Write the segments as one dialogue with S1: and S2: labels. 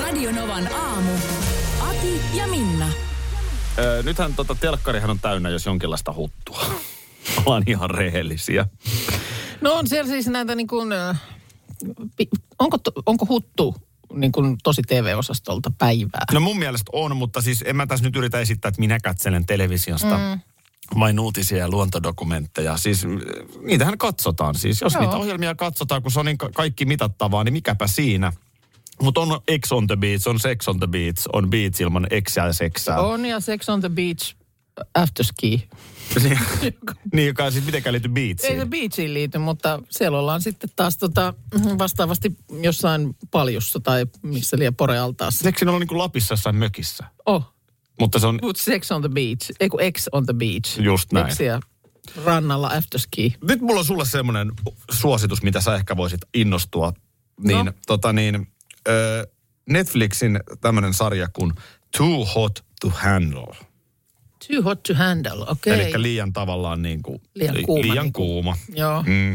S1: Radionovan aamu. Ati ja Minna.
S2: Öö, nythän tota telkkarihan on täynnä, jos jonkinlaista huttua. Ollaan ihan rehellisiä.
S3: No on siellä siis näitä niin kuin, äh, pi- onko, to- onko huttu niin kuin tosi TV-osastolta päivää?
S4: No mun mielestä on, mutta siis en mä tässä nyt yritä esittää, että minä katselen televisiosta mm. vain uutisia ja luontodokumentteja. Siis mm, niitähän katsotaan siis. Jos
S3: Joo.
S4: Joo. niitä ohjelmia katsotaan, kun se on niin ka- kaikki mitattavaa, niin mikäpä siinä. Mutta on X on the Beach, on Sex on the Beach, on Beach ilman X ja seksää.
S3: On ja Sex on the Beach äh, afterski.
S4: niin, joka ei siis mitenkään liity
S3: Ei se
S4: Beachiin.
S3: beachiin liity, mutta siellä ollaan sitten taas tota, vastaavasti jossain paljussa tai missä liian porealtaassa.
S4: Seksin on niin kuin Lapissa jossain mökissä.
S3: Oh,
S4: Mutta se on
S3: mutta Sex on the Beach, ei kun X on the Beach.
S4: Just näin.
S3: Xia rannalla afterski.
S4: nyt mulla on sulle semmoinen suositus, mitä sä ehkä voisit innostua. Niin,
S3: No.
S4: no. tota niin, ö, Netflixin tämmöinen sarja kuin Too Hot to Handle.
S3: Too hot to handle, okei.
S4: Eli liian tavallaan niin kuin,
S3: Liian kuuma,
S4: liian
S3: niin kuin.
S4: kuuma.
S3: Joo.
S4: Mm.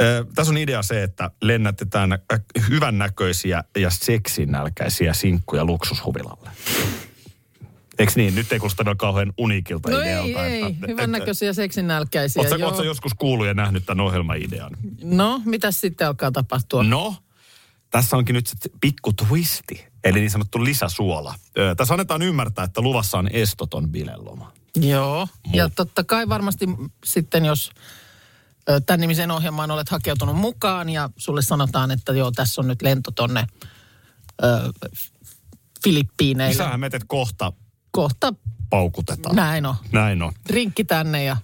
S4: Ö, tässä on idea se, että lennätetään äh, hyvännäköisiä ja seksinälkäisiä sinkkuja luksushuvilalle. Eiks niin? Nyt ei kuulosta vielä kauhean uniikilta
S3: No ei,
S4: idealta.
S3: ei.
S4: että-
S3: Hyvännäköisiä seksinälkäisiä.
S4: Oletko
S3: joo.
S4: oletko joskus kuullut ja nähnyt tämän ohjelmaidean?
S3: No, mitä sitten alkaa tapahtua?
S4: No, tässä onkin nyt se pikku twisti, eli niin sanottu lisäsuola. Öö, tässä annetaan ymmärtää, että luvassa on estoton bileloma.
S3: Joo. Ja
S4: Muu.
S3: totta kai varmasti sitten, jos ö, tämän nimiseen ohjelmaan olet hakeutunut mukaan ja sulle sanotaan, että joo, tässä on nyt lento tonne ö, Filippiineille.
S4: Niin sähän metet kohta
S3: Kohta
S4: paukutetaan.
S3: näin on.
S4: Näin on.
S3: Rinkki tänne ja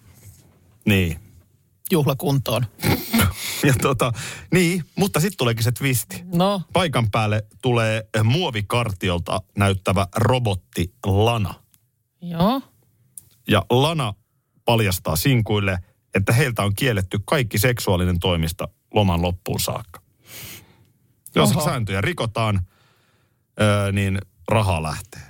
S4: Niin.
S3: juhlakuntoon.
S4: Ja tota, niin, mutta sitten tuleekin se twisti.
S3: No,
S4: Paikan päälle tulee muovikartiolta näyttävä robotti Lana.
S3: joo.
S4: Ja Lana paljastaa sinkuille, että heiltä on kielletty kaikki seksuaalinen toimista loman loppuun saakka. Jos
S3: Oho.
S4: sääntöjä rikotaan, öö, niin raha lähtee.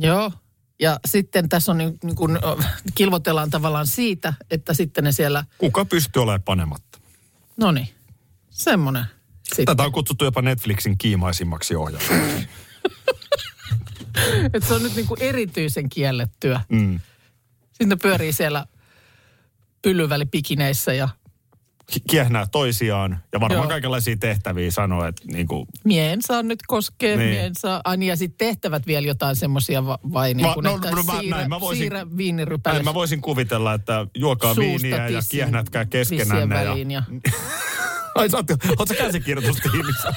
S3: Joo. Ja sitten tässä on niin, niin kuin, ö, kilvotellaan tavallaan siitä, että sitten ne siellä,
S4: Kuka pystyy olemaan panematta?
S3: no niin, semmoinen. Sitten.
S4: Tätä on kutsuttu jopa Netflixin kiimaisimmaksi ohjelmaksi.
S3: Että se on nyt niin kuin erityisen kiellettyä.
S4: Mm.
S3: Sitten ne pyörii siellä pyllyvälipikineissä ja
S4: Ki- Kiehnää toisiaan ja varmaan
S3: Joo.
S4: Joo. kaikenlaisia tehtäviä sanoo, että niinku,
S3: mie en saa nyt koskea, niin.
S4: Niin.
S3: mie en saa. Ai niin, ja sitten tehtävät vielä jotain semmoisia va- vai niin
S4: Ma-
S3: kuin,
S4: no,
S3: että
S4: no, mä-
S3: siirrä,
S4: näin mä voisin-
S3: siirrä
S4: näin
S3: viinirypäle
S4: mä voisin kuvitella, että juokaa
S3: suusta
S4: viiniä ja
S3: tissin-
S4: kiehnätkää
S3: tissien
S4: keskenänne. Ja...
S3: väliin ja...
S4: Ai sä oot, oot sä käsikirjoitustiimissä?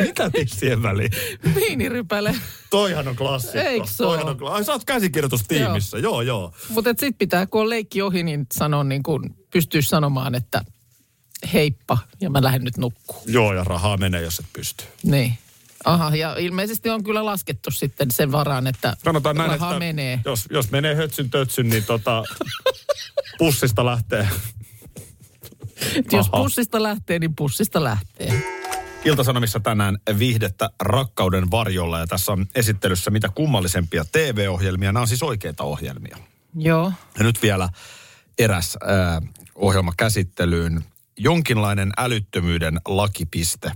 S4: Mitä tissien väliin?
S3: viinirypäle.
S4: Toihan on klassikko.
S3: Eikö se
S4: Toihan
S3: oo?
S4: on, kla- Ai sä oot käsikirjoitustiimissä, joo joo.
S3: Mutta sitten pitää, kun on leikki ohi, niin sanon niin kuin, pystyy sanomaan, että heippa ja mä lähden nyt nukkuu.
S4: Joo ja rahaa menee, jos et pysty.
S3: Niin. Aha, ja ilmeisesti on kyllä laskettu sitten sen varaan, että
S4: Sanotaan näin,
S3: rahaa
S4: että
S3: menee.
S4: Jos, jos menee hötsyn tötsyn, niin tota, pussista lähtee.
S3: Et Jos
S4: Aha.
S3: pussista lähtee, niin pussista lähtee.
S4: Iltasanomissa tänään viihdettä rakkauden varjolla ja tässä on esittelyssä mitä kummallisempia TV-ohjelmia. Nämä on siis oikeita ohjelmia.
S3: Joo.
S4: Ja nyt vielä eräs äh, ohjelma käsittelyyn. Jonkinlainen älyttömyyden lakipiste.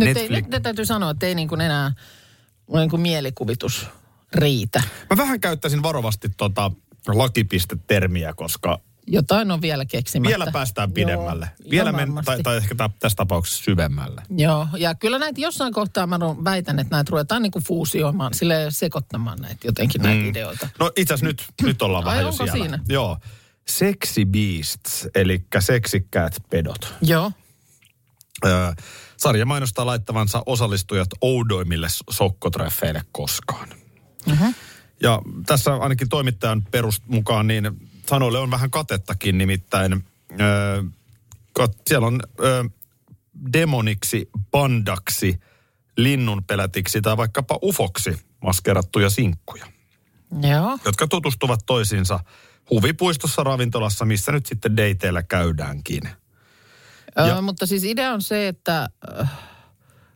S3: Nyt, ei,
S4: Netflix-
S3: nyt täytyy sanoa, että ei niin kuin enää mun niin kuin mielikuvitus riitä.
S4: Mä vähän käyttäisin varovasti tota lakipiste-termiä, koska
S3: Jotain on vielä keksimättä.
S4: Vielä päästään pidemmälle.
S3: Joo,
S4: Vielä
S3: joo,
S4: men,
S3: varmasti.
S4: tai, tai ehkä tä- tässä tapauksessa syvemmälle.
S3: Joo, ja kyllä näitä jossain kohtaa mä ru- väitän, että näitä ruvetaan niin kuin fuusioimaan, sille sekoittamaan näitä jotenkin näitä mm. ideoita.
S4: No itse asiassa nyt, nyt ollaan
S3: Ai,
S4: vähän jo
S3: onko
S4: siellä.
S3: siinä?
S4: Joo. Sexy Beasts, eli seksikkäät pedot.
S3: Joo,
S4: Öö, sarja mainostaa laittavansa osallistujat oudoimmille so- sokkotreffeille koskaan. Ja tässä ainakin toimittajan perust mukaan niin sanoille on vähän katettakin nimittäin. Öö, kat, siellä on öö, demoniksi, pandaksi, linnunpelätiksi tai vaikkapa ufoksi maskerattuja sinkkuja,
S3: Joo.
S4: jotka tutustuvat toisiinsa huvipuistossa, ravintolassa, missä nyt sitten deiteillä käydäänkin. Ja-
S3: Ö, mutta siis idea on se, että äh,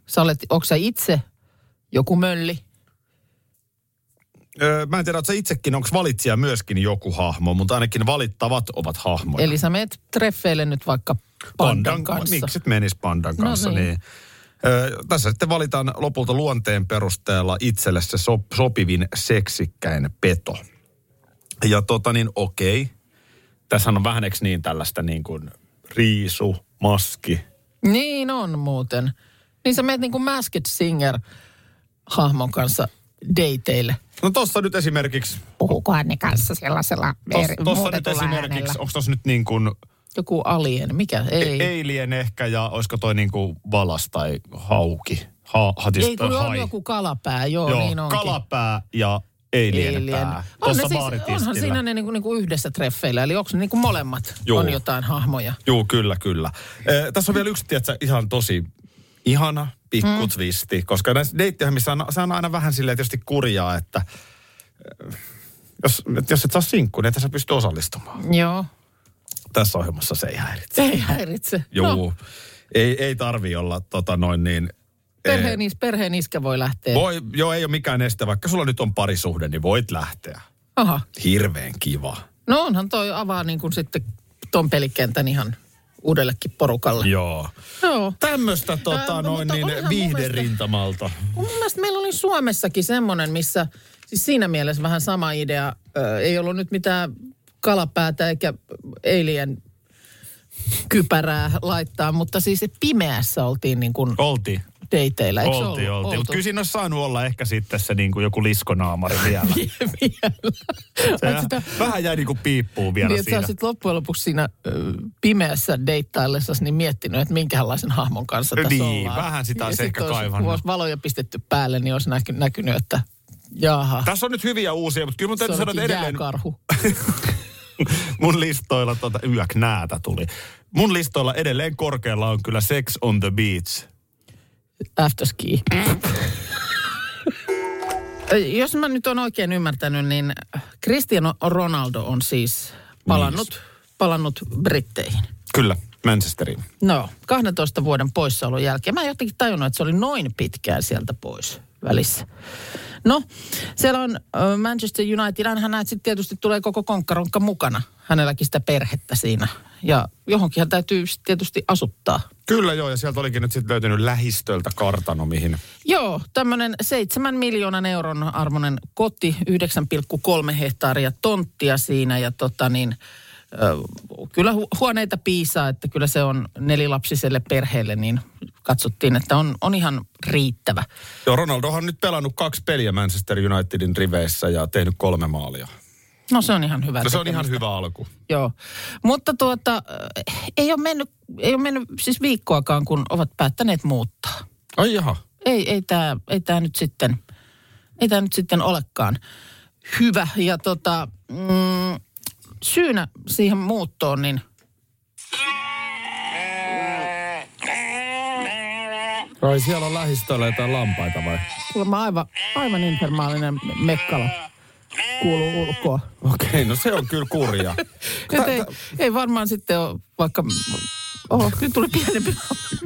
S3: sä olet, onko sä itse joku mölli?
S4: Öö, mä en tiedä, että itsekin, onko valitsija myöskin joku hahmo, mutta ainakin valittavat ovat hahmoja. Niin,
S3: Eli sä meet treffeille nyt vaikka pandan, kanssa.
S4: Miksi menis pandan
S3: No
S4: kanssa?
S3: niin.
S4: niin. Ö, tässä sitten valitaan lopulta luonteen perusteella itselle se sop, sopivin seksikkäin peto. Ja tota niin, okei. Tässä on vähän eks niin tällaista niin kuin riisu, maski.
S3: Niin on muuten. Niin sä meet niinku Masked Singer-hahmon kanssa dateille.
S4: No tossa nyt esimerkiksi,
S3: Puhukohan ne kanssa sellaisella
S4: tos,
S3: eri-
S4: tossa nyt
S3: muutetulla äänellä.
S4: esimerkiksi, onko tossa nyt niin kuin
S3: Joku alien, mikä? Ei. Ei,
S4: eilien E-, ehkä ja olisiko toi niin kuin valas tai hauki? Ha, hatis
S3: ei
S4: tai
S3: kun on
S4: hai.
S3: joku kalapää, joo, joo niin onkin.
S4: kalapää ja eilien, pää.
S3: On ne
S4: Tuossa
S3: siis, onhan siinä ne niinku, niinku yhdessä treffeillä, eli onko ne niinku molemmat
S4: Juu.
S3: Joo. on jotain hahmoja?
S4: Joo, kyllä, kyllä. Eh, tässä on vielä yksi, tiedätkö, ihan tosi ihana pikku
S3: Hmm.
S4: mm. twisti, koska näissä deittiohjelmissa on, se on aina vähän silleen tietysti kurjaa, että eh, jos, että jos et saa sinkku, niin et sä pysty osallistumaan.
S3: Joo.
S4: Tässä ohjelmassa se ei häiritse.
S3: Se ei häiritse.
S4: Joo.
S3: No,
S4: No. Ei, ei tarvi olla tota noin niin... eh,
S3: perheen, is, perheen iskä voi lähteä.
S4: voi, joo, ei ole mikään este. Vaikka sulla nyt on parisuhde, niin voit lähteä.
S3: Aha.
S4: Hirveän kiva.
S3: No onhan toi avaa niin kuin sitten ton pelikentän ihan uudellekin porukalle.
S4: Joo.
S3: Joo.
S4: Tämmöistä tota,
S3: no, mutta
S4: noin
S3: olihan mun
S4: niin
S3: mielestä-
S4: viihderintamalta.
S3: Mun mielestä meillä oli Suomessakin semmoinen, missä siis siinä mielessä vähän sama idea. Ö, ei ollut nyt mitään kalapäätä eikä eilien kypärää laittaa, mutta siis se pimeässä oltiin niin kuin
S4: Oltiin.
S3: dateilla, eikö
S4: oltiin,
S3: ollut?
S4: oltiin. Mutta
S3: Oltu.
S4: kyllä siinä olisi saanut olla ehkä sitten se niin kuin joku liskonaamari vielä.
S3: Vielä.
S4: Se
S3: Oot sitä-
S4: vähän jäi niin kuin piippuun vielä
S3: Niin, että sä
S4: siinä.
S3: oot sit loppujen lopuksi siinä ö, pimeässä deittaillessasi niin miettinyt, että minkälaisen hahmon kanssa tässä
S4: Niin,
S3: ollaan.
S4: vähän sitä
S3: Ja
S4: olisi
S3: sit
S4: ehkä
S3: olisi-
S4: kaivannut.
S3: Kun olisi valoja pistetty päälle, niin olisi näky, näkynyt, että jaha,
S4: Tässä on nyt hyviä uusia, mutta kyllä mun
S3: se
S4: täytyy sanoa, että
S3: olikin
S4: edelleen
S3: jääkarhu.
S4: mun listoilla tuota yök näätä tuli. Mun listoilla edelleen korkealla on kyllä Sex on the Beach.
S3: Afterski. Jos mä nyt on oikein ymmärtänyt, niin Cristiano Ronaldo on siis palannut, palannut Britteihin.
S4: Kyllä, Manchesteriin.
S3: No, 12 vuoden poissaolon jälkeen. Mä en jotenkin tajunnut, että se oli noin pitkään sieltä pois välissä. No, siellä on ö, Manchester United. Hänhän näet sitten tietysti tulee koko konkkaronkka mukana. Hänelläkin sitä perhettä siinä. Ja johonkin hän täytyy sit tietysti asuttaa.
S4: Kyllä joo, ja sieltä olikin nyt sitten löytynyt lähistöltä kartano, mihin
S3: Joo, tämmöinen 7 miljoonan euron arvoinen koti, 9,3 hehtaaria tonttia siinä ja tota niin, ö, kyllä hu- huoneita piisaa, että kyllä se on nelilapsiselle perheelle, niin katsottiin, että on, on ihan riittävä.
S4: Joo, Ronaldohan on nyt pelannut kaksi peliä Manchester Unitedin riveissä ja tehnyt kolme maalia.
S3: No se on ihan hyvä.
S4: No, se on
S3: tekemistä.
S4: ihan hyvä alku.
S3: Joo, mutta tuota, ö, ei ole mennyt, ei ole mennyt siis viikkoakaan, kun ovat päättäneet muuttaa.
S4: Ai jaha.
S3: ei, ei tämä ei tää nyt sitten, ei tää nyt sitten olekaan hyvä. Ja tota, mm, syynä siihen muuttoon, niin
S4: Ai siellä on lähistöllä jotain lampaita vai?
S3: kuulemma aivan, aivan infernaalinen mekkala kuuluu ulkoa.
S4: Okei, okay, no se on kyllä kurja.
S3: Et ei, ei, varmaan sitten ole vaikka... Oho, nyt tuli pienempi,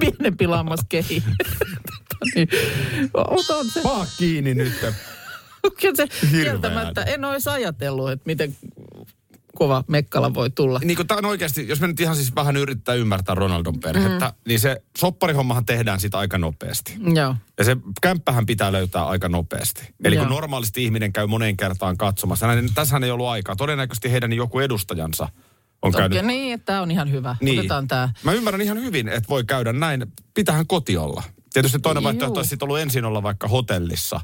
S3: pienempi lammaskehi. Tota niin, Mutta on se,
S4: Paa kiinni nyt.
S3: kyllä se
S4: Hirveä
S3: kieltämättä. En olisi ajatellut, että miten kova mekkala voi tulla.
S4: Niin kuin tämä on oikeasti, jos me nyt ihan siis vähän yrittää ymmärtää Ronaldon perhettä, mm. niin se sopparihommahan tehdään sitä aika nopeasti.
S3: Joo.
S4: Ja se kämppähän pitää löytää aika nopeasti. Eli kun
S3: Joo.
S4: normaalisti ihminen käy moneen kertaan katsomassa, näin, tässähän ei ollut aikaa. Todennäköisesti heidän joku edustajansa on käynyt
S3: Okei, niin, että tämä on ihan hyvä.
S4: Niin.
S3: Otetaan tämä.
S4: Mä ymmärrän ihan hyvin, että voi käydä näin. Pitähän koti olla. Tietysti toinen
S3: Juu. Oh.
S4: vaihtoehto olisi sit ollut ensin olla vaikka hotellissa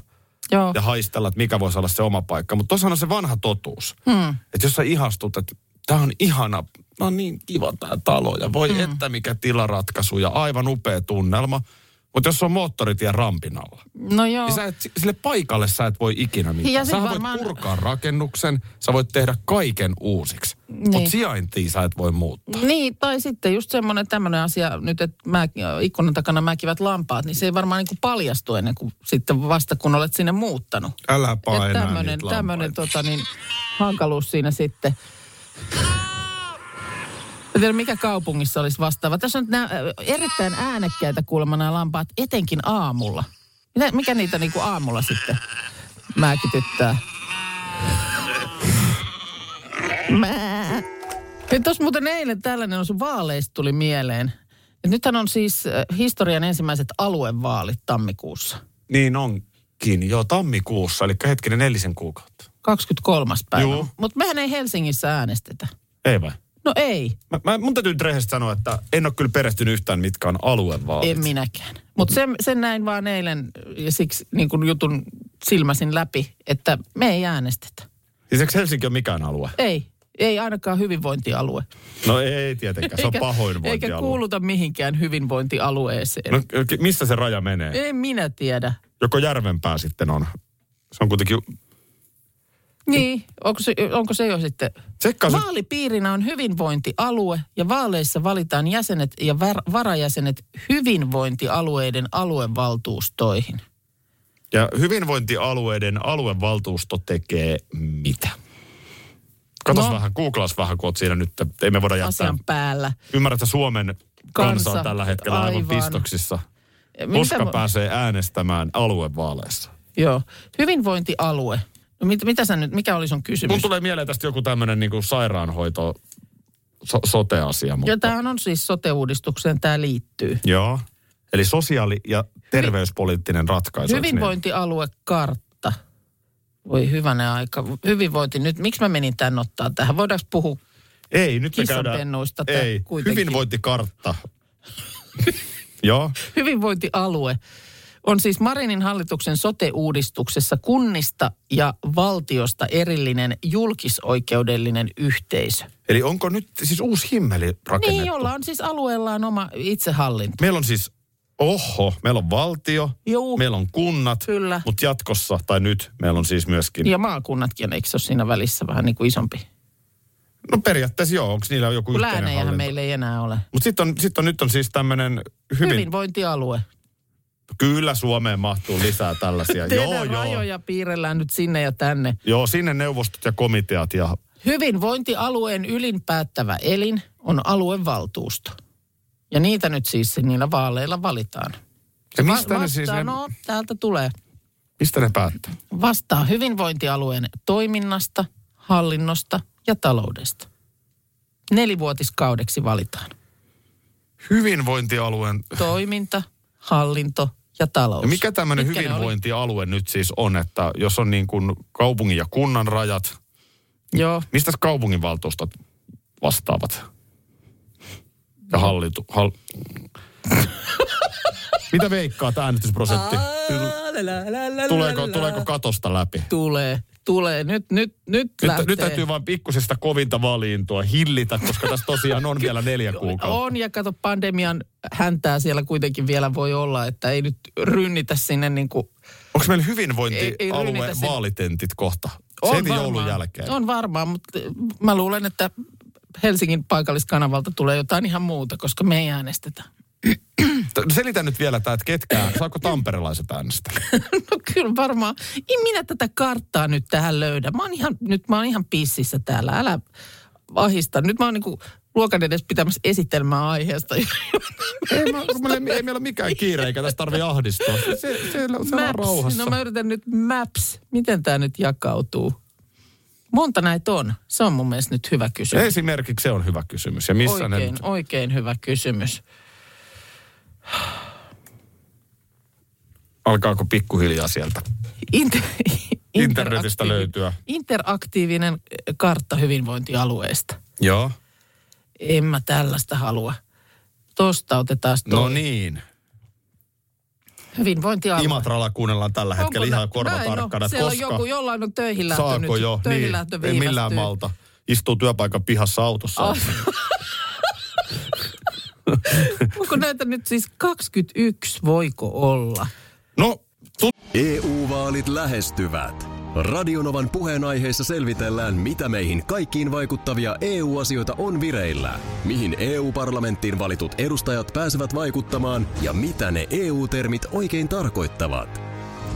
S3: Joo.
S4: ja haistella, että mikä voisi olla se oma paikka. Mutta tuossahan on se vanha totuus. Hmm. Että jos sä ihastut, että tämä on ihana, no niin kiva tämä talo ja voi hmm. että mikä tilaratkaisu ja aivan upea tunnelma. Mutta jos se on moottoritien rampin alla,
S3: No joo.
S4: niin sä et, sille paikalle sä et voi ikinä
S3: Ja
S4: mitään.
S3: sit
S4: Sä voit
S3: varmaan-
S4: purkaa rakennuksen, sä voit tehdä kaiken uusiksi. Niin.
S3: Niin.
S4: Mutta sijaintia sä et voi muuttaa.
S3: Niin, tai sitten just semmoinen tämmöinen asia nyt, että mä, ikkunan takana mäkivät lampaat, niin se ei varmaan niin kuin paljastu ennen kuin sitten vasta kun olet sinne muuttanut.
S4: Älä painaa
S3: Että tämmöinen,
S4: niitä
S3: tämmöinen
S4: lampaita.
S3: tota niin, hankaluus siinä sitten. En tiedä, mikä kaupungissa olisi vastaava. Tässä on nämä ö, erittäin äänekkäitä kuulemma nämä lampaat, etenkin aamulla. Mitä, mikä niitä niinku aamulla sitten määkityttää? Mää. Nyt tuossa muuten eilen tällainen osu vaaleista tuli mieleen. Et nythän on siis ö, historian ensimmäiset aluevaalit tammikuussa.
S4: Niin onkin, joo, tammikuussa, eli hetkinen nelisen kuukautta.
S3: 23. päivä.
S4: Juu.
S3: Mutta mehän ei Helsingissä äänestetä.
S4: Ei vai?
S3: No ei,
S4: Mä, mä, mun täytyy nyt rehellisesti sanoa, että en ole kyllä perehtynyt yhtään, mitkä on aluevaalit.
S3: en minäkään. Mutta sen, sen näin vaan eilen ja siksi niin kun jutun silmäsin läpi, että me ei äänestetä.
S4: Siis eikö Helsinki ole mikään alue?
S3: Ei, ei ainakaan hyvinvointialue.
S4: No ei tietenkään, se on pahoinvointialue.
S3: Eikä kuuluta mihinkään hyvinvointialueeseen.
S4: No,
S3: No.
S4: ki- missä se raja menee?
S3: En minä tiedä.
S4: Joko järvenpää sitten on? Se on kuitenkin...
S3: Niin, onko se, onko se jo sitten...
S4: Tsekkaa se-
S3: Vaalipiirinä on hyvinvointialue ja vaaleissa valitaan jäsenet ja var, varajäsenet hyvinvointialueiden aluevaltuustoihin.
S4: Ja hyvinvointialueiden aluevaltuusto tekee mitä? Katos
S3: No.
S4: no. vähän, googlas vähän, kun oot siinä nyt. Ei me voida jättää.
S3: Asian päällä.
S4: Ymmärrät, että Suomen kansa,
S3: Kansa,
S4: on tällä hetkellä aivan,
S3: aivan.
S4: aivan pistoksissa.
S3: Mitä
S4: Koska
S3: mu-
S4: pääsee äänestämään aluevaaleissa?
S3: Joo. Hyvinvointialue. No mit, mitä sä nyt, mikä oli sun
S4: Mun
S3: kysymys?
S4: tulee mieleen tästä joku tämmöinen niin sairaanhoito, so, sote-asia. Mutta...
S3: Ja tämähän on siis sote-uudistukseen tämä liittyy.
S4: Joo. Eli sosiaali- ja terveyspoliittinen ratkaisu. eikö niin?
S3: Hyvinvointialuekartta. Voi hyvänä aika. Hyvinvointi nyt. Miksi mä menin tän ottaa tähän? Voidaanko puhua?
S4: Niin? Ei, nyt me käydään...
S3: Kissanpennuista te
S4: Ei,
S3: kuitenkin.
S4: hyvinvointikartta. Joo.
S3: Hyvinvointialue on siis Marinin hallituksen sote-uudistuksessa kunnista ja valtiosta erillinen julkisoikeudellinen yhteisö.
S4: Eli onko nyt siis uusi himmeli rakennettu?
S3: Niin, jolla on siis alueellaan oma itsehallinto.
S4: Meillä on siis, oho, meillä on valtio,
S3: Juu.
S4: meillä on kunnat,
S3: Kyllä.
S4: mutta jatkossa tai nyt meillä on siis myöskin,
S3: Ja maakunnatkin, eikö se ole siinä välissä vähän niin kuin isompi?
S4: no periaatteessa joo, onko niillä joku
S3: Kun
S4: yhteinen
S3: läänejähän
S4: hallinto?
S3: meillä ei enää ole.
S4: Mutta sitten on, sit on, nyt on siis tämmöinen hyvin, hyvin,
S3: Hyvinvointialue.
S4: kyllä Suomeen mahtuu lisää tällaisia. joo,
S3: Tehdään
S4: joo.
S3: rajoja piirrellään nyt sinne ja tänne.
S4: Joo, sinne neuvostot ja komiteat ja
S3: Hyvinvointialueen ylin päättävä elin on aluevaltuusto. Ja niitä nyt siis niillä vaaleilla valitaan.
S4: Ja mistä
S3: Va-
S4: ne siis
S3: vastaa-
S4: ne-
S3: No, täältä tulee.
S4: mistä ne päättää?
S3: Vastaa hyvinvointialueen toiminnasta, hallinnosta ja taloudesta. Nelivuotiskaudeksi valitaan.
S4: Hyvinvointialueen.
S3: Toiminta, hallinto ja talous.
S4: Ja mikä tämmöinen
S3: Mitkä ne oli?
S4: hyvinvointialue nyt siis on, että jos on niin kuin kaupungin ja kunnan rajat,
S3: Joo.
S4: mistä kaupunginvaltuustot vastaavat? Ja hallitu... Hal... Mitä veikkaa tämä äänestysprosentti? Tuleeko, tuleeko katosta läpi?
S3: Tulee, tulee. Nyt, nyt, nyt, lähtee.
S4: Nyt, nyt täytyy vain pikkusesta kovinta valintoa hillitä, koska tässä tosiaan on vielä neljä kuukautta.
S3: On, ja kato, pandemian häntää siellä kuitenkin vielä voi olla, että ei nyt rynnitä sinne niin kuin...
S4: Onko meillä
S3: Ei- ei rynnitä
S4: hyvinvointialueen
S3: sen-
S4: vaalitentit kohta? Se heti joulun jälkeen.
S3: On varmaan, mutta mä luulen, että Helsingin paikalliskanavalta tulee jotain ihan muuta, koska me ei äänestetä.
S4: T- Selitä nyt vielä tämä, että ketkä, saako tamperelaiset äänestää?
S3: No kyllä varmaan. En minä tätä karttaa nyt tähän löydä. Mä oon ihan, nyt mä oon ihan pississä täällä. Älä ahista. Nyt mä oon niinku luokan edes pitämässä esitelmää aiheesta.
S4: ei, mä, mä, ei, ei meillä ole mikään kiire, eikä tästä tarvi ahdistua. Se, se, se on rauhassa.
S3: No mä yritän nyt Maps. Miten tämä nyt jakautuu? Monta näitä on? Se on mun mielestä nyt hyvä kysymys.
S4: Esimerkiksi se on hyvä kysymys. Ja missä ne
S3: oikein,
S4: nyt?
S3: oikein hyvä kysymys.
S4: Alkaako pikkuhiljaa sieltä?
S3: Inter-
S4: Internetistä
S3: interaktiivi-
S4: löytyä.
S3: Interaktiivinen eh, kartta hyvinvointialueesta.
S4: Joo.
S3: En mä tällaista halua. Tosta otetaan
S4: No
S3: toi
S4: niin.
S3: hyvinvointialue.
S4: Imatralla kuunnellaan tällä hetkellä
S3: Onko nä-
S4: ihan korva
S3: Mä en oo.
S4: tarkkana, että
S3: Siellä on
S4: koska
S3: joku, jollain on töihin lähtö
S4: saako
S3: nyt.
S4: jo.
S3: Töihin
S4: Niin,
S3: lähtö
S4: ei millään
S3: viivästyy. Oh.
S4: malta. Istuu työpaikan pihassa autossa.
S3: Onko näitä nyt siis 21, voiko olla?
S4: No,
S5: EU-vaalit E lähestyvät. Radionovan puheenaiheessa selvitellään, mitä meihin kaikkiin vaikuttavia EU-asioita on vireillä, mihin EU-parlamenttiin valitut edustajat pääsevät vaikuttamaan ja mitä ne EU-termit oikein tarkoittavat.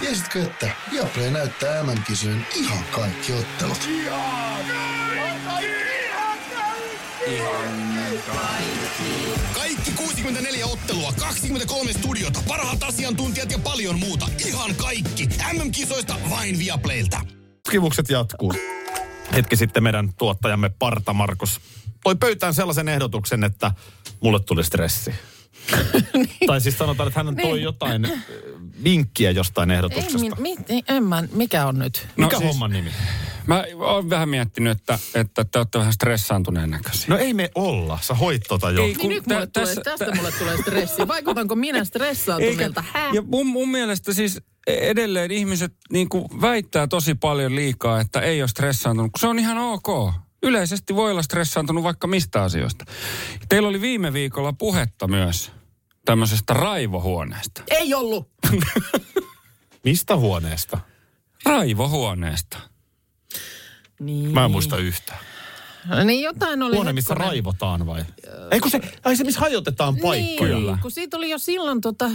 S6: Tiesitkö, että Viaplay näyttää MM-kisojen ihan kaikki ottelut?
S7: Kaikki 64 ottelua, 23 studiota, parhaat asiantuntijat ja paljon muuta. Ihan kaikki. MM-kisoista vain Viaplaylta.
S4: tutkimukset jatkuu. Hetki sitten meidän tuottajamme Parta Markus toi pöytään sellaisen ehdotuksen, että mulle tuli stressi. tai siis sanotaan, että hän toi
S3: Niin.
S4: jotain äh, vinkkiä jostain
S3: Ei,
S4: ehdotuksesta.
S3: min, mit, en mä, mikä on nyt?
S8: No
S4: Mikä
S8: siis-
S4: homman nimi?
S8: Mä oon vähän miettinyt, että, että te olette vähän stressaantuneen näköisiä.
S4: No ei me olla, sä hoit tota jo.
S8: Ei,
S3: Niin nyt mulle
S8: tä- tässä-
S3: tulee, tästä
S8: tä-
S3: mulle tulee stressi. Vaikutanko minä stressaantuneelta? Hä?
S8: Ja mun, mun mielestä siis edelleen ihmiset niin kuin väittää tosi paljon liikaa, että ei ole stressaantunut, kun se on ihan ok. Yleisesti voi olla stressaantunut vaikka mistä asioista. Teillä oli viime viikolla puhetta myös tämmöisestä raivohuoneesta.
S3: Ei ollut.
S4: Mistä huoneesta?
S8: Raivohuoneesta.
S3: Niin.
S4: Mä en muista yhtään.
S3: Niin jotain oli
S4: Huone, missä
S3: hetkonen.
S4: raivotaan vai? Ei kun se, ai se missä hajotetaan paikkoja.
S3: Niin, kun siitä oli jo silloin tota,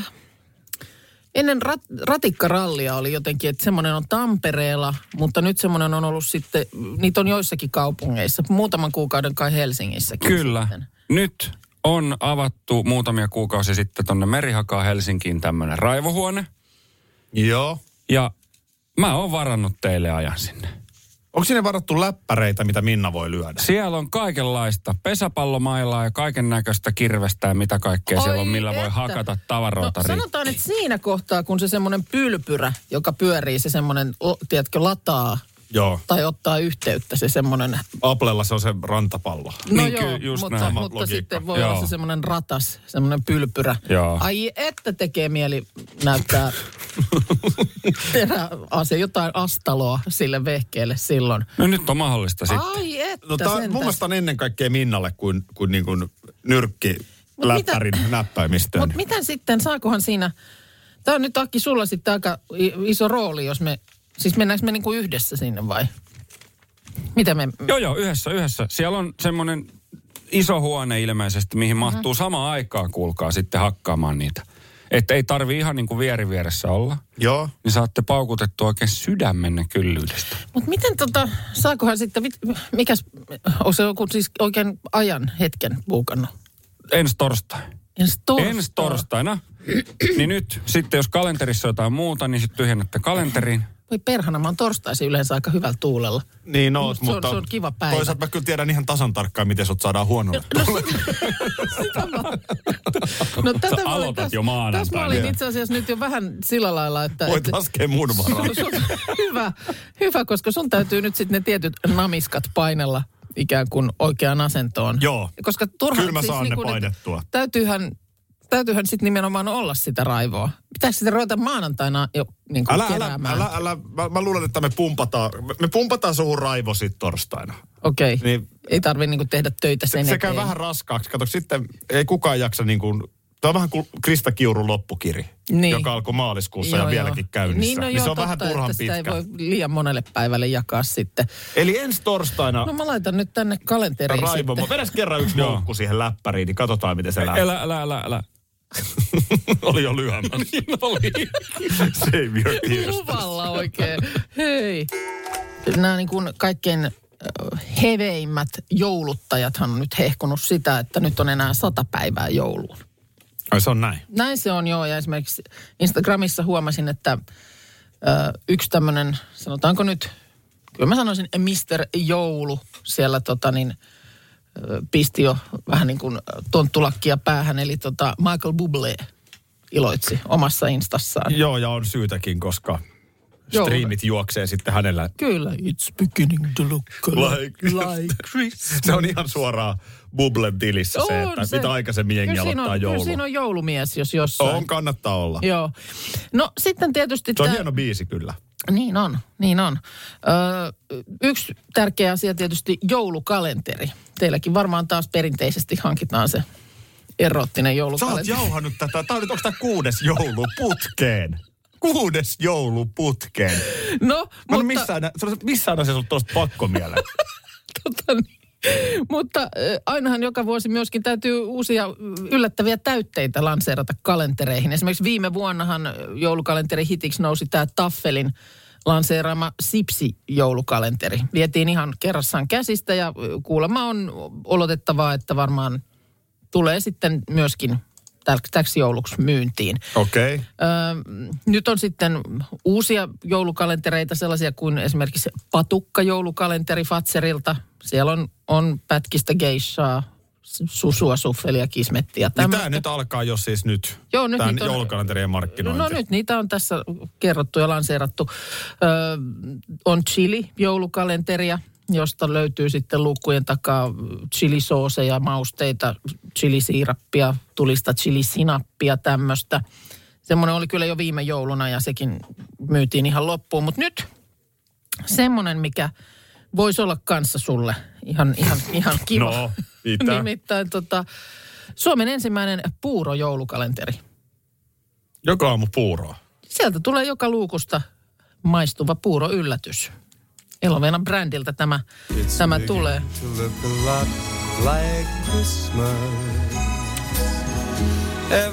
S3: ennen rat, ratikkarallia oli jotenkin, että semmoinen on Tampereella, mutta nyt semmoinen on ollut sitten, niitä on joissakin kaupungeissa, muutaman kuukauden kai Helsingissäkin.
S8: Kyllä.
S3: sitten. No,
S8: Nyt on avattu muutamia kuukausia sitten tuonne Merihakaan Helsinkiin tämmöinen raivohuone.
S4: Joo.
S8: Ja mä oon varannut teille ajan sinne.
S4: Onko sinne varattu läppäreitä, mitä Minna voi lyödä?
S8: Siellä on kaikenlaista pesäpallomailaa ja kaiken näköistä kirvestä ja mitä kaikkea Oi siellä on,
S3: Oi
S8: millä että. voi
S3: että.
S8: hakata tavaroita.
S3: No,
S8: No,
S3: sanotaan, että siinä kohtaa, kun se semmoinen pylpyrä, joka pyörii, se semmoinen, o, tiedätkö, lataa
S4: Joo.
S3: tai ottaa yhteyttä, se semmoinen
S4: Applella se on se rantapallo.
S3: No
S8: Niin,
S3: joo,
S8: kyllä, just
S3: mutta,
S8: näin.
S3: mutta
S4: Logiikka.
S3: sitten voi
S8: Joo.
S3: olla se semmoinen ratas, semmoinen pylpyrä.
S8: Joo.
S3: Ai että tekee mieli näyttää teräase, jotain astaloa sille vehkeelle silloin.
S8: no nyt on mahdollista sitten.
S3: Ai että
S4: No, tää, mun mielestä on ennen kaikkea Minnalle kuin, kuin, niin kuin nyrkki
S3: Mut
S4: läppärin
S3: mitä-
S4: näppäimistön.
S3: Mutta miten sitten, saakohan siinä, tämä on nyt Aki sulla sitten aika i- iso rooli, jos me, siis mennäänkö me niinku yhdessä sinne vai? Mitä me,
S8: Joo, joo, yhdessä, yhdessä. Siellä on semmoinen iso huone ilmeisesti, mihin mahtuu samaan aikaan, kuulkaa, sitten hakkaamaan niitä. Että ei tarvi ihan niin kuin vieri vieressä olla.
S4: Joo.
S8: Niin saatte paukutettua oikein sydämenne kyllyydestä.
S3: mutta miten tota, saakohan sitten, mit, mikäs, onko se joku siis oikein ajan hetken buukannut?
S8: Ensi torstai.
S3: Ensi torstai.
S8: Ensi torstaina. niin nyt sitten, jos kalenterissa on jotain muuta, niin sitten tyhjennätte kalenteriin.
S3: Voi perhana, mä oon torstaisin yleensä aika hyvällä tuulella.
S4: Niin oot,
S3: Musta se on-
S4: mutta
S3: se on kiva päivä.
S4: toisaalta mä kyllä tiedän ihan tasan tarkkaan, miten sut saadaan huonolle.
S3: No tätä
S8: Sä
S3: mä olin
S8: aloitat
S3: tässä-
S8: jo maanantaina.
S3: Tässä mä olin itse asiassa nyt jo vähän sillä lailla, että...
S4: Voit
S3: että-
S4: laskea mun varaan.
S3: sun, hyvä, hyvä, koska sun täytyy nyt sitten ne tietyt namiskat painella ikään kuin oikeaan asentoon.
S4: Joo.
S3: Koska turhaan
S4: Kyllä mä
S3: siis
S4: saan ne
S3: niin kuin, että
S4: painettua.
S3: Täytyyhän, täytyyhän sitten nimenomaan olla sitä raivoa. Pitäisikö sitä ruveta maanantaina jo niin kuin
S4: Älä, älä,
S3: keräämään?
S4: älä, älä, mä, mä luulen, että me pumpataan, me- me pumpataan suhun raivo sit torstaina.
S3: Okei.
S4: Niin-
S3: Ei tarvitse niin tehdä töitä sen
S4: Se
S3: eteen.
S4: käy vähän raskaaksi. Kato, sitten ei kukaan jaksa niin kuin, Tämä on vähän kuin Krista Kiurun loppukiri,
S3: Niin.
S4: joka alkoi maaliskuussa ja
S3: Joo,
S4: vieläkin
S3: joo.
S4: käynnissä.
S3: Niin, no joo,
S4: se on vähän
S3: totta,
S4: turhan
S3: että
S4: pitkä.
S3: Sitä ei voi liian monelle päivälle jakaa sitten.
S4: Eli ensi torstaina
S3: No mä laitan nyt tänne kalenteriin
S4: raivoma.
S3: sitten.
S4: Vedäs kerran yksi loukku siihen läppäriin, niin katsotaan, miten se lähtee.
S8: Älä, älä, älä, älä.
S4: Oli jo lyhyemmän.
S8: Niin oli.
S4: Save your tears.
S3: Luvalla oikein. Hei. Nämä niin kuin kaikkein ö, heveimmät jouluttajathan on nyt hehkunut sitä, että nyt on enää sata päivää jouluun.
S4: Ai se on näin.
S3: Näin se on joo, ja esimerkiksi Instagramissa huomasin, että ö, yksi tämmöinen, sanotaanko nyt, kyllä mä sanoisin Mr. Joulu siellä tota niin, ö, pisti jo vähän niin kuin tonttulakkia päähän, eli tota Michael Bublé iloitsi omassa instassaan.
S4: Joo, ja on syytäkin, koska
S3: Joo.
S4: striimit juoksee sitten hänellä.
S3: Kyllä, it's beginning to look
S4: Like-
S3: like, like Christmas.
S4: Se on ihan suoraan Bublen tilissä se,
S3: On
S4: että mitä aikaisemmin jengi
S3: Kyllä siinä
S4: aloittaa
S3: on,
S4: joulua.
S3: Kyllä siinä on joulumies, jos jossain.
S4: On, kannattaa olla.
S3: Joo. No sitten tietysti...
S4: Se on
S3: tää-
S4: hieno biisi kyllä.
S3: Niin on, niin on. Öö, yksi tärkeä asia tietysti joulukalenteri. Teilläkin varmaan taas perinteisesti hankitaan se erottinen
S4: Sä oot
S3: joulukalenteri.
S4: jauhannut tätä. Tää on nyt, onko tää kuudes joulu putkeen? Kuudes joulu putkeen.
S3: No,
S4: Mä
S3: mutta,
S4: en missään, nä- se on- missään asiassa ollut tuosta pakko mieleen.
S3: tota, niin, mutta ö, ainahan joka vuosi myöskin täytyy uusia yllättäviä täytteitä lanseerata kalentereihin. Esimerkiksi viime vuonnahan joulukalenteri hitiksi nousi tämä Taffelin lanseeraama Sipsi-joulukalenteri. Vietiin ihan kerrassaan käsistä ja ö, kuulemma on olotettavaa, että varmaan tulee sitten myöskin tä- täksi jouluksi myyntiin.
S4: Okei. Niin Okay.
S3: Öö, nyt on sitten uusia joulukalentereita, sellaisia kuin esimerkiksi patukka-joulukalenteri Fatserilta. Siellä on, on pätkistä geishaa, s- susua, suffelia, kismettiä.
S4: Niin
S3: tämmöistä.
S4: tää nyt alkaa jo siis nyt.
S3: Joo, nyt
S4: Tämän
S3: niitä on-
S4: joulukalenterien markkinointi.
S3: No nyt niitä on tässä kerrottu ja lanseerattu. Öö, on chili-joulukalenteria, josta löytyy sitten luukkujen takaa chilisooseja, mausteita, chilisiirappia, tulista chilisinappia, tämmöistä. Semmoinen oli kyllä jo viime jouluna ja sekin myytiin ihan loppuun. Mutta nyt semmoinen, mikä voisi olla kanssa sulle ihan, ihan, ihan kiva.
S4: No, mitä?
S3: Nimittäin tota, Suomen ensimmäinen puurojoulukalenteri.
S4: Joka aamu puuroa.
S3: Sieltä tulee joka luukusta maistuva puuro yllätys. Eloveenan brändiltä tämä, tämä tulee.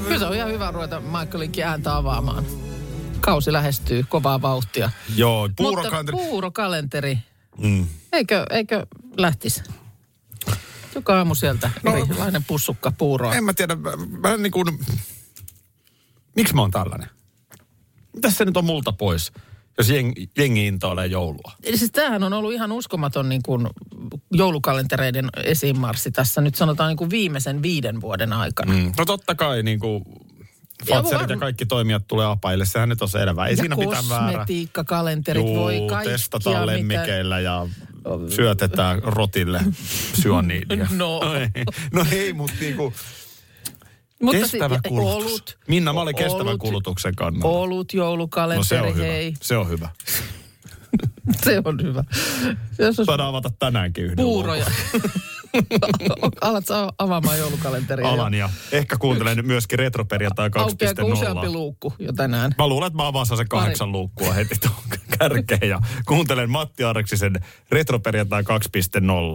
S3: Kyllä se on ihan hyvä ruveta Michaelinkin ääntä avaamaan. Kausi lähestyy kovaa vauhtia.
S4: Joo,
S3: Mutta
S4: puurokalenteri.
S3: puurokalenteri. Mm. Eikö, eikö lähtisi? Joka aamu sieltä no, erilainen pussukka puuroa.
S4: En mä tiedä, mä, mä niin kuin... Miksi mä oon tällainen? Mitäs se nyt on multa pois, jos jengi, jengi intoilee joulua?
S3: Eli siis tämähän on ollut ihan uskomaton niin kuin joulukalentereiden esimarssi tässä nyt sanotaan niin kuin viimeisen viiden vuoden aikana. Mm.
S4: Mm. No totta kai niin kuin
S3: Ja
S4: Fatserit ja
S3: varm-
S4: kaikki toimijat tulee apaille, sehän nyt on selvää. Ei
S3: ja
S4: siinä mitään väärää.
S3: kosmetiikkakalenterit Juu, voi kaikkia.
S4: testataan
S3: mitä-
S4: lemmikeillä ja syötetään rotille syöniidiä.
S3: No.
S4: no ei, no ei mutta niinku
S3: Mutta
S4: kestävä
S3: si-
S4: kulutus.
S3: Olut,
S4: Minna, mä olin kestävän
S3: olut-
S4: kulutuksen kannalla.
S3: Olut,
S4: no se
S3: joulukalenteri,
S4: on hyvä.
S3: hei.
S4: Se on hyvä.
S3: Se on hyvä. Jos on
S4: Saadaan avata tänäänkin yhden
S3: puuroja. Alat saa avaamaan joulukalenteria.
S4: alan ja ehkä kuuntelen myöskin retroperjantai
S3: Aukeako useampi
S4: 2.0.
S3: luukku jo tänään?
S4: Mä luulen, että mä avaan sen kahdeksan luukkua heti tuon kärkeen ja kuuntelen Matti Arksisen retroperjantai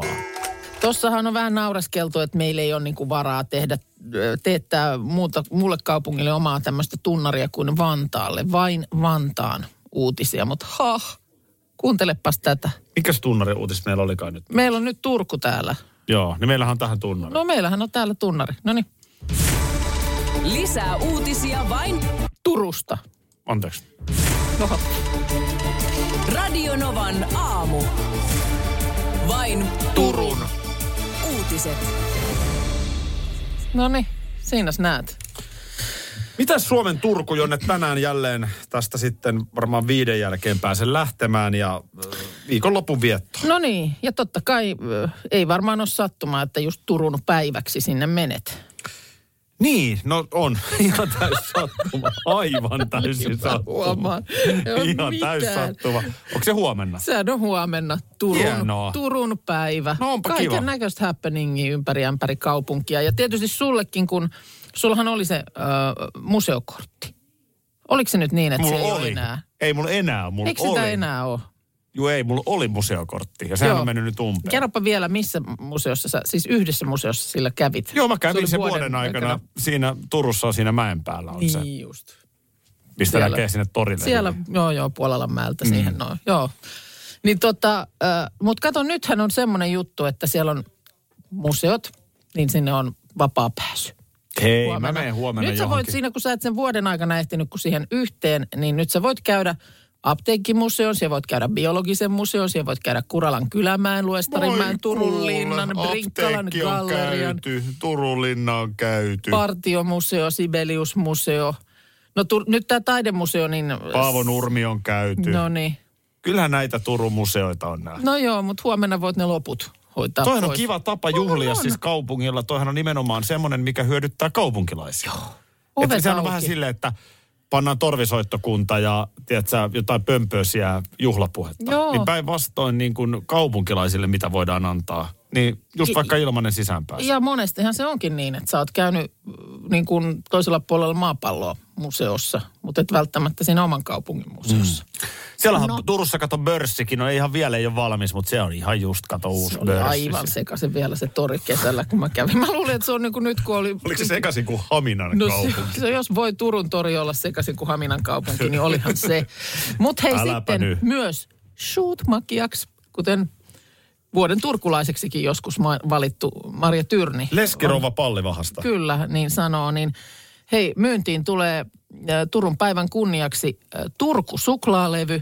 S4: 2.0.
S3: Tossahan on vähän naureskeltu, että meillä ei ole niin kuin varaa tehdä, ö, teettää muuta, muulle kaupungille omaa tämmöistä tunnaria kuin Vantaalle. Vain Vantaan uutisia, mutta ha, kuuntelepas tätä.
S4: Mikäs tunnari uutis meillä olikaan nyt?
S3: Meillä on nyt Turku täällä.
S4: Joo, niin meillähän on tähän tunnari.
S3: No meillähän on täällä tunnari. No niin,
S1: Lisää uutisia vain
S3: Turusta.
S4: Anteeksi.
S3: Oho.
S1: Radionovan aamu. Vain Turun uutiset.
S3: No niin, siinä sä näet.
S4: Mitäs Suomen Turku, jonne tänään jälleen tästä sitten varmaan viiden jälkeen pääsen lähtemään ja äh, viikonlopun vietto.
S3: No niin, ja totta kai ö, ei varmaan ole sattumaa, että just Turun päiväksi sinne menet.
S4: Niin, no on. Ihan täys sattuma. Aivan täysin sattuma.
S3: Huomaan. Ei ole
S4: Ihan täys
S3: mitään.
S4: sattuma. Onko se huomenna?
S3: Sehän on huomenna Turun,
S4: Hienoa.
S3: Turun päivä.
S4: No onpa kiva.
S3: Kaiken näköistä happeningia ympäri ämpäri kaupunkia. Ja tietysti sullekin, kun sullahan oli se ö, museokortti. Oliko se nyt niin, että
S4: Mulla
S3: se ei ole
S4: oli.
S3: enää?
S4: Ei mulla enää. Mulla
S3: Eikö
S4: oli.
S3: sitä enää ole?
S4: Joo, ei, mulla oli museokortti. Ja sehän
S3: Joo.
S4: on mennyt nyt umpeen.
S3: Kerropa vielä, missä museossa sä, siis yhdessä museossa sillä kävit.
S4: Joo, mä
S3: Se
S4: kävin
S3: oli
S4: sen vuoden, aikana, siinä Turussa on siinä mäen päällä on se,
S3: Niin just.
S4: mistä
S3: siellä.
S4: näkee sinne torille.
S3: Siellä, joo joo, Puolalanmäeltä mm. siihen noin, joo. Niin tota, mutta kato, nythän on semmoinen juttu, että siellä on museot, niin sinne on vapaa pääsy.
S2: Hei,
S3: huomenna.
S2: mä menen huomenna
S3: Nyt sä voit
S2: johonkin.
S3: siinä, kun sä et sen vuoden aikana ehtinyt kuin siihen yhteen, niin nyt sä voit käydä apteekkimuseon, siellä voit käydä biologisen museon, siellä voit käydä Kuralan kylämäen, Luestarinmäen, Turun linnan, Brinkkalan
S4: apteekki on
S3: gallerian,
S4: käyty, Turun linna on käyty.
S3: Partiomuseo, Sibeliusmuseo. No tu- nyt tämä taidemuseo, niin...
S4: Paavo Nurmi on käyty.
S3: No niin.
S4: Kyllähän näitä Turun museoita on nähty.
S3: No joo, mutta huomenna voit ne loput hoitaa
S4: Toihan on
S3: pois.
S4: kiva tapa juhlia siis kaupungilla. Toihan on nimenomaan semmoinen, mikä hyödyttää kaupunkilaisia.
S3: Ovet
S4: Että sehän on
S3: auki.
S4: vähän silleen, että pannaan torvisoittokunta ja tiedätkö, jotain pömpöisiä juhlapuhetta.
S3: Joo.
S4: Niin päinvastoin niin kuin kaupunkilaisille, mitä voidaan antaa. Niin just vaikka ilmanen sisäänpääsy.
S3: Ja monestihan se onkin niin, että sä oot käynyt äh, niin kuin toisella puolella maapalloa museossa, mutta et välttämättä siinä oman kaupungin museossa. Mm.
S4: Siellähän no. Turussa kato börssikin, no ei ihan vielä ei ole valmis, mutta se on ihan just kato uusi
S3: Se oli
S4: börssi.
S3: aivan sekaisin vielä se tori kesällä, kun mä kävin. Mä luulin, että se on niin kuin nyt, kun oli...
S4: Oliko se sekaisin kuin Haminan
S3: No
S4: kaupunki?
S3: se, se, jos voi Turun tori olla sekaisin kuin Haminan kaupunki, niin olihan se. Mutta hei
S4: Äläpä
S3: sitten
S4: nyt.
S3: myös shootmakiaksi, kuten vuoden turkulaiseksikin joskus ma- valittu Marja Tyrni.
S4: Leskirova pallivahasta.
S3: Kyllä, niin sanoo. Niin, hei, myyntiin tulee äh, Turun päivän kunniaksi äh, Turku suklaalevy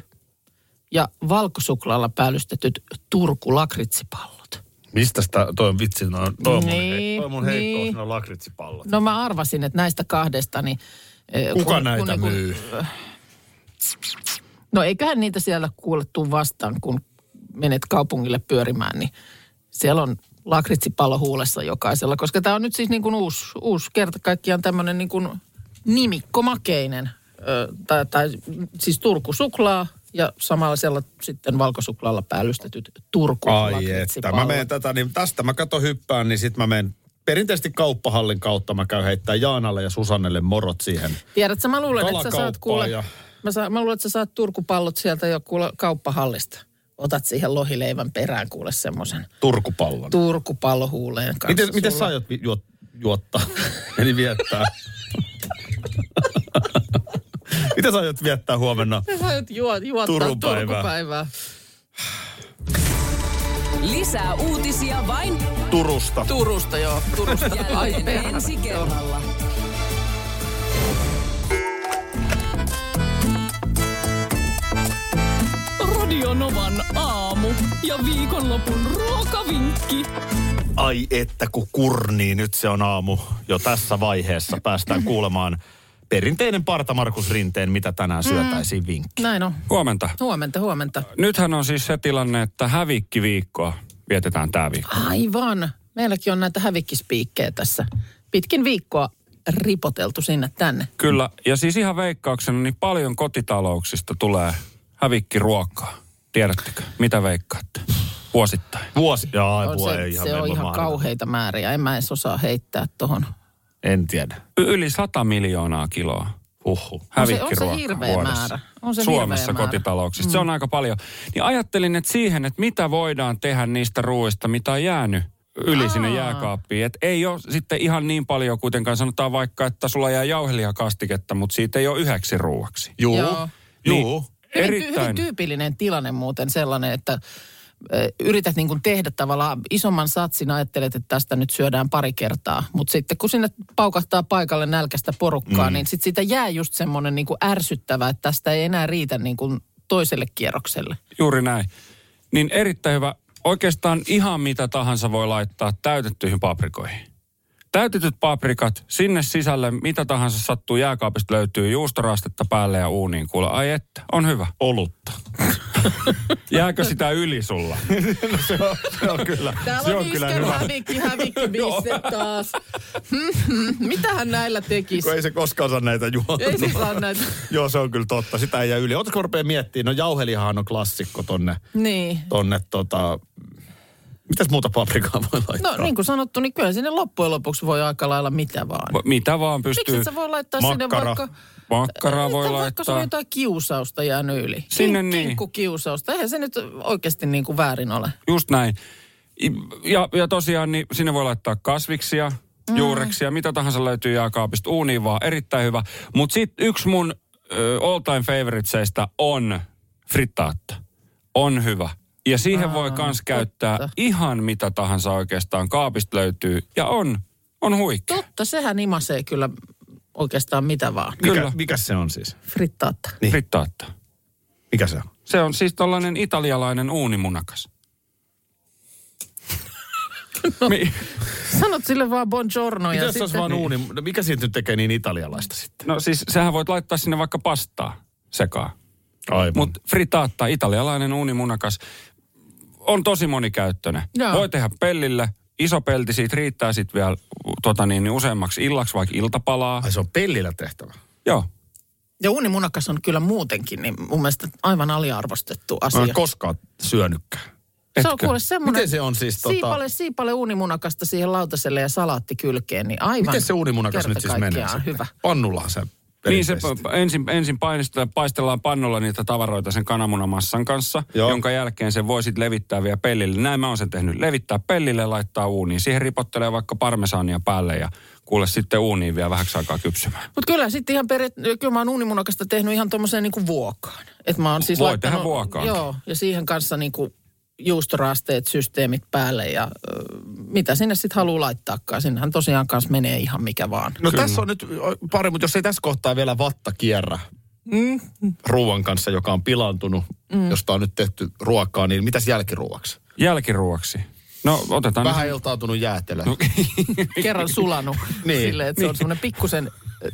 S3: ja valkosuklaalla päällystetyt Turku lakritsipallot.
S4: Mistä sitä, toi on vitsi, no, toi on mun, hei,
S3: Niin,
S4: toi on mun heikkous,
S3: niin.
S4: niin. no lakritsipallot.
S3: No mä arvasin, että näistä kahdesta, niin... äh,
S4: Kuka näitä myy?
S3: No eiköhän niitä siellä kuule tuu vastaan, kun menet kaupungille pyörimään, niin siellä on lakritsipallo huulessa jokaisella, koska tämä on nyt siis niin kuin uusi, uusi kerta kaikkiaan tämmöinen niin kuin nimikkomakeinen, ö, tai, tai siis Turku suklaa ja samalla siellä sitten valkosuklaalla päällystetyt Turku
S4: Ai että, mä menen
S3: t-
S4: tätä, niin tästä mä kato hyppään, niin sit mä menen perinteisesti kauppahallin kautta mä käyn heittää Jaanalle ja Susannelle morot siihen.
S3: Tiedätkö, mä luulen, että sä saat
S4: Kalakauppaa
S3: kuule,
S4: ja-
S3: mä, saa, mä luulen, että sä saat Turkupallot sieltä jo kuule kauppahallista. Otat siihen lohileivän perään kuule semmoisen.
S4: Turkupallon. Tu-
S3: Turku pallohuuleen kanssa.
S4: miten, miten sä
S3: sulla.
S4: aiot vi- juot, juottaa, eli viettää? miten sä aiot viettää huomenna?
S3: Miten sä aiot juo, juottaa
S4: Turun
S3: Turun
S4: päivää.
S3: päivää?
S1: Lisää uutisia vain
S4: Turusta.
S3: Turusta joo, Turusta. Ai
S1: jälleen
S3: perhana.
S1: ensi
S3: Joo.
S1: kerralla. Radio Novan aamu ja viikonlopun ruokavinkki.
S4: Ai että kun kurnii, nyt se on aamu. Jo tässä vaiheessa päästään kuulemaan perinteinen parta Markus Rinteen, mitä tänään syötäisiin vinkki.
S3: Näin on.
S8: Huomenta.
S3: Huomenta, huomenta.
S8: Nythän on siis se tilanne, että hävikkiviikkoa vietetään tämä viikko.
S3: Aivan. Meilläkin on näitä hävikkispiikkejä tässä. Pitkin viikkoa ripoteltu sinne tänne.
S8: Kyllä, ja siis ihan veikkauksena, niin paljon kotitalouksista tulee hävikkiruokaa. Tiedättekö, mitä veikkaatte? Vuosittain.
S4: Vuosi. Jaa,
S3: On
S4: voi, ei
S3: se, se on
S4: meillä
S3: ihan
S4: mahdollista.
S3: kauheita määriä. En mä edes osaa heittää tuohon.
S4: En tiedä.
S8: Y- yli 100 miljoonaa kiloa
S4: Uhu.
S3: On No se- on se
S8: hävikkiruokaa
S3: hirveä
S8: vuodessa.
S3: määrä. Mm. On se
S8: Suomessa
S3: hirveä määrä.
S8: kotitalouksista. Se on aika paljon. Niin ajattelin, että siihen, että mitä voidaan tehdä niistä ruoista, mitä on jäänyt yli Aa. sinne jääkaappiin. Et ei ole sitten ihan niin paljon kuitenkaan. Sanotaan vaikka, että sulla jää jauhelijakastiketta, mutta siitä ei ole yhdeksi ruuaksi. Niin
S4: Juu.
S3: Joo.
S4: Juu.
S3: Hyvin, ty-
S8: Erittäin.
S3: hyvin tyypillinen tilanne muuten sellainen, että ö, yrität niin kuin tehdä tavallaan isomman satsin, ajattelet, että tästä nyt syödään pari kertaa. Mutta sitten kun sinne paukahtaa paikalle nälkästä porukkaa, mm. niin sitten siitä jää just semmoinen niin kuin ärsyttävä, että tästä ei enää riitä niin kuin toiselle kierrokselle.
S8: Juuri näin. Niin erittäin hyvä. Oikeastaan ihan mitä tahansa voi laittaa täytettyihin paprikoihin. Täytetyt paprikat, sinne sisälle mitä tahansa sattuu jääkaapista löytyy, juustorastetta päälle ja uuniin kuule. Ai että, on hyvä.
S4: Olutta.
S8: Jääkö sitä yli sulla?
S4: Se on kyllä.
S3: Täällä on, on hävikki, hävikki, missä taas. Hmm, Mitähän näillä tekisi?
S4: Kun ei se koskaan saa näitä
S3: Ei se
S4: juottaa.
S3: saa näitä.
S4: Joo, se on kyllä totta. Sitä ei jää yli. Oletko rupeaa miettimään? No jauhelihan on klassikko tonne.
S3: Niin.
S4: tonne tota... Mitäs muuta paprikaa voi laittaa?
S3: No niin kuin sanottu, niin kyllä sinne loppujen lopuksi voi aika lailla mitä vaan.
S8: Va- Mitä vaan
S3: Miksi
S8: pystyy.
S3: et sä voi laittaa sinne
S4: Makkara.
S3: vaikka...
S8: Makkaraa voi
S3: Tai Vaikka sulla on
S8: laittaa.
S3: jotain kiusausta jäänyt yli.
S8: Sinne
S3: Kink-
S8: niin.
S3: Kinkkukiusausta. Eihän se nyt oikeasti niin kuin väärin ole.
S8: Just näin. I- Ja, ja tosiaan niin sinne voi laittaa kasviksia, juureksia, mitä tahansa löytyy jääkaapista. Uuniin vaan, erittäin hyvä. Mutta sitten yksi mun ö, all time favoriteseista on frittaatta. On hyvä. Ja siihen Aa, voi myös käyttää ihan mitä tahansa oikeastaan. Kaapista löytyy ja on, on on huikea.
S3: Totta, sehän imasee kyllä oikeastaan mitä vaan.
S4: Mikä,
S8: Kyllä.
S4: mikä se on siis?
S3: Frittaatta.
S4: Niin.
S8: Frittaatta.
S4: Mikä se on?
S8: Se on siis tällainen italialainen uunimunakas. Mi-
S3: Sanot sille vaan buongiorno ja
S2: Mitä se olisi
S3: sitten... niin.
S2: vaan uuni? no Mikä siitä nyt tekee niin italialaista sitten?
S8: no siis sähän voit laittaa sinne vaikka pastaa sekaan.
S4: Aivan. Mut,
S8: Mutta frittaatta, italialainen uunimunakas, on tosi monikäyttöinen.
S3: Joo.
S8: Voi tehdä pellille, iso pelti siitä riittää sitten vielä u- tota niin, niin useammaksi illaksi, vaikka iltapalaa.
S4: ai se on pellillä tehtävä.
S8: Joo.
S3: Ja uunimunakas on kyllä muutenkin, niin mun mielestä aivan aliarvostettu
S4: Mä
S3: asia.
S4: en koskaan syönytkään.
S3: se on
S8: etkö?
S3: kuule semmoinen...
S4: Miten se on siis tota-
S3: Siipale, siipale uunimunakasta siihen lautaselle ja salaatti kylkeen, niin aivan...
S4: Miten se uunimunakas
S3: kerta
S4: nyt siis
S3: kaikkiaan
S4: menee? sitten?
S3: hyvä.
S4: Pannullahan se
S8: Niin se
S4: perinteisesti.
S8: p- ensin, ensin painestellaan, paistellaan pannulla niitä tavaroita sen kananmunamassan kanssa,
S4: Joo.
S8: Joo. jonka jälkeen sen voisit levittää vielä pellille. Näin mä oon sen tehnyt. Levittää pellille ja laittaa uuniin. Siihen ripottelee vaikka parmesaania päälle ja kuule sitten uuniin vielä vähäksi aikaa kypsymään.
S3: Mutta kyllä sitten ihan perit, kyllä mä oon uunimunakasta tehnyt ihan tommoseen niinku vuokaan. Et mä oon siis
S8: Voi
S3: laittanut,
S8: tehdä vuokaankin.
S3: Joo, ja siihen kanssa niinku juustoraasteet, systeemit päälle ja ö, mitä sinne sitten haluaa laittaakaan. Sinnehän tosiaan kanssa menee ihan mikä vaan.
S4: No Kyllä. tässä on nyt pari, mutta jos ei tässä kohtaa vielä vatta kierrä mm. ruoan kanssa, joka on pilantunut, mm. josta on nyt tehty ruokaa, niin mitäs jälkiruoaksi?
S8: Jälkiruoksi. No otetaan nyt-
S4: Vähän iltautunut jäätelö. No.
S3: Kerran sulanut
S4: Niin,
S3: niin, silleen, että niin. se on semmoinen pikkusen, ö,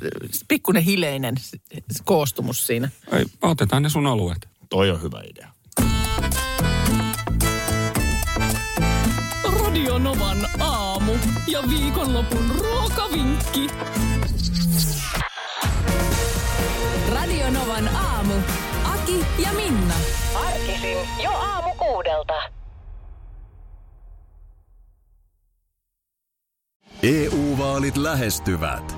S3: pikkunen hileinen s- s- koostumus siinä.
S8: Ei, otetaan ne sun alueet.
S4: Toi on hyvä idea.
S1: Radionovan aamu ja viikonlopun ruokavinkki.
S9: Radionovan aamu. Aki ja Minna.
S10: Arkisin jo aamu kuudelta.
S5: EU-vaalit E lähestyvät.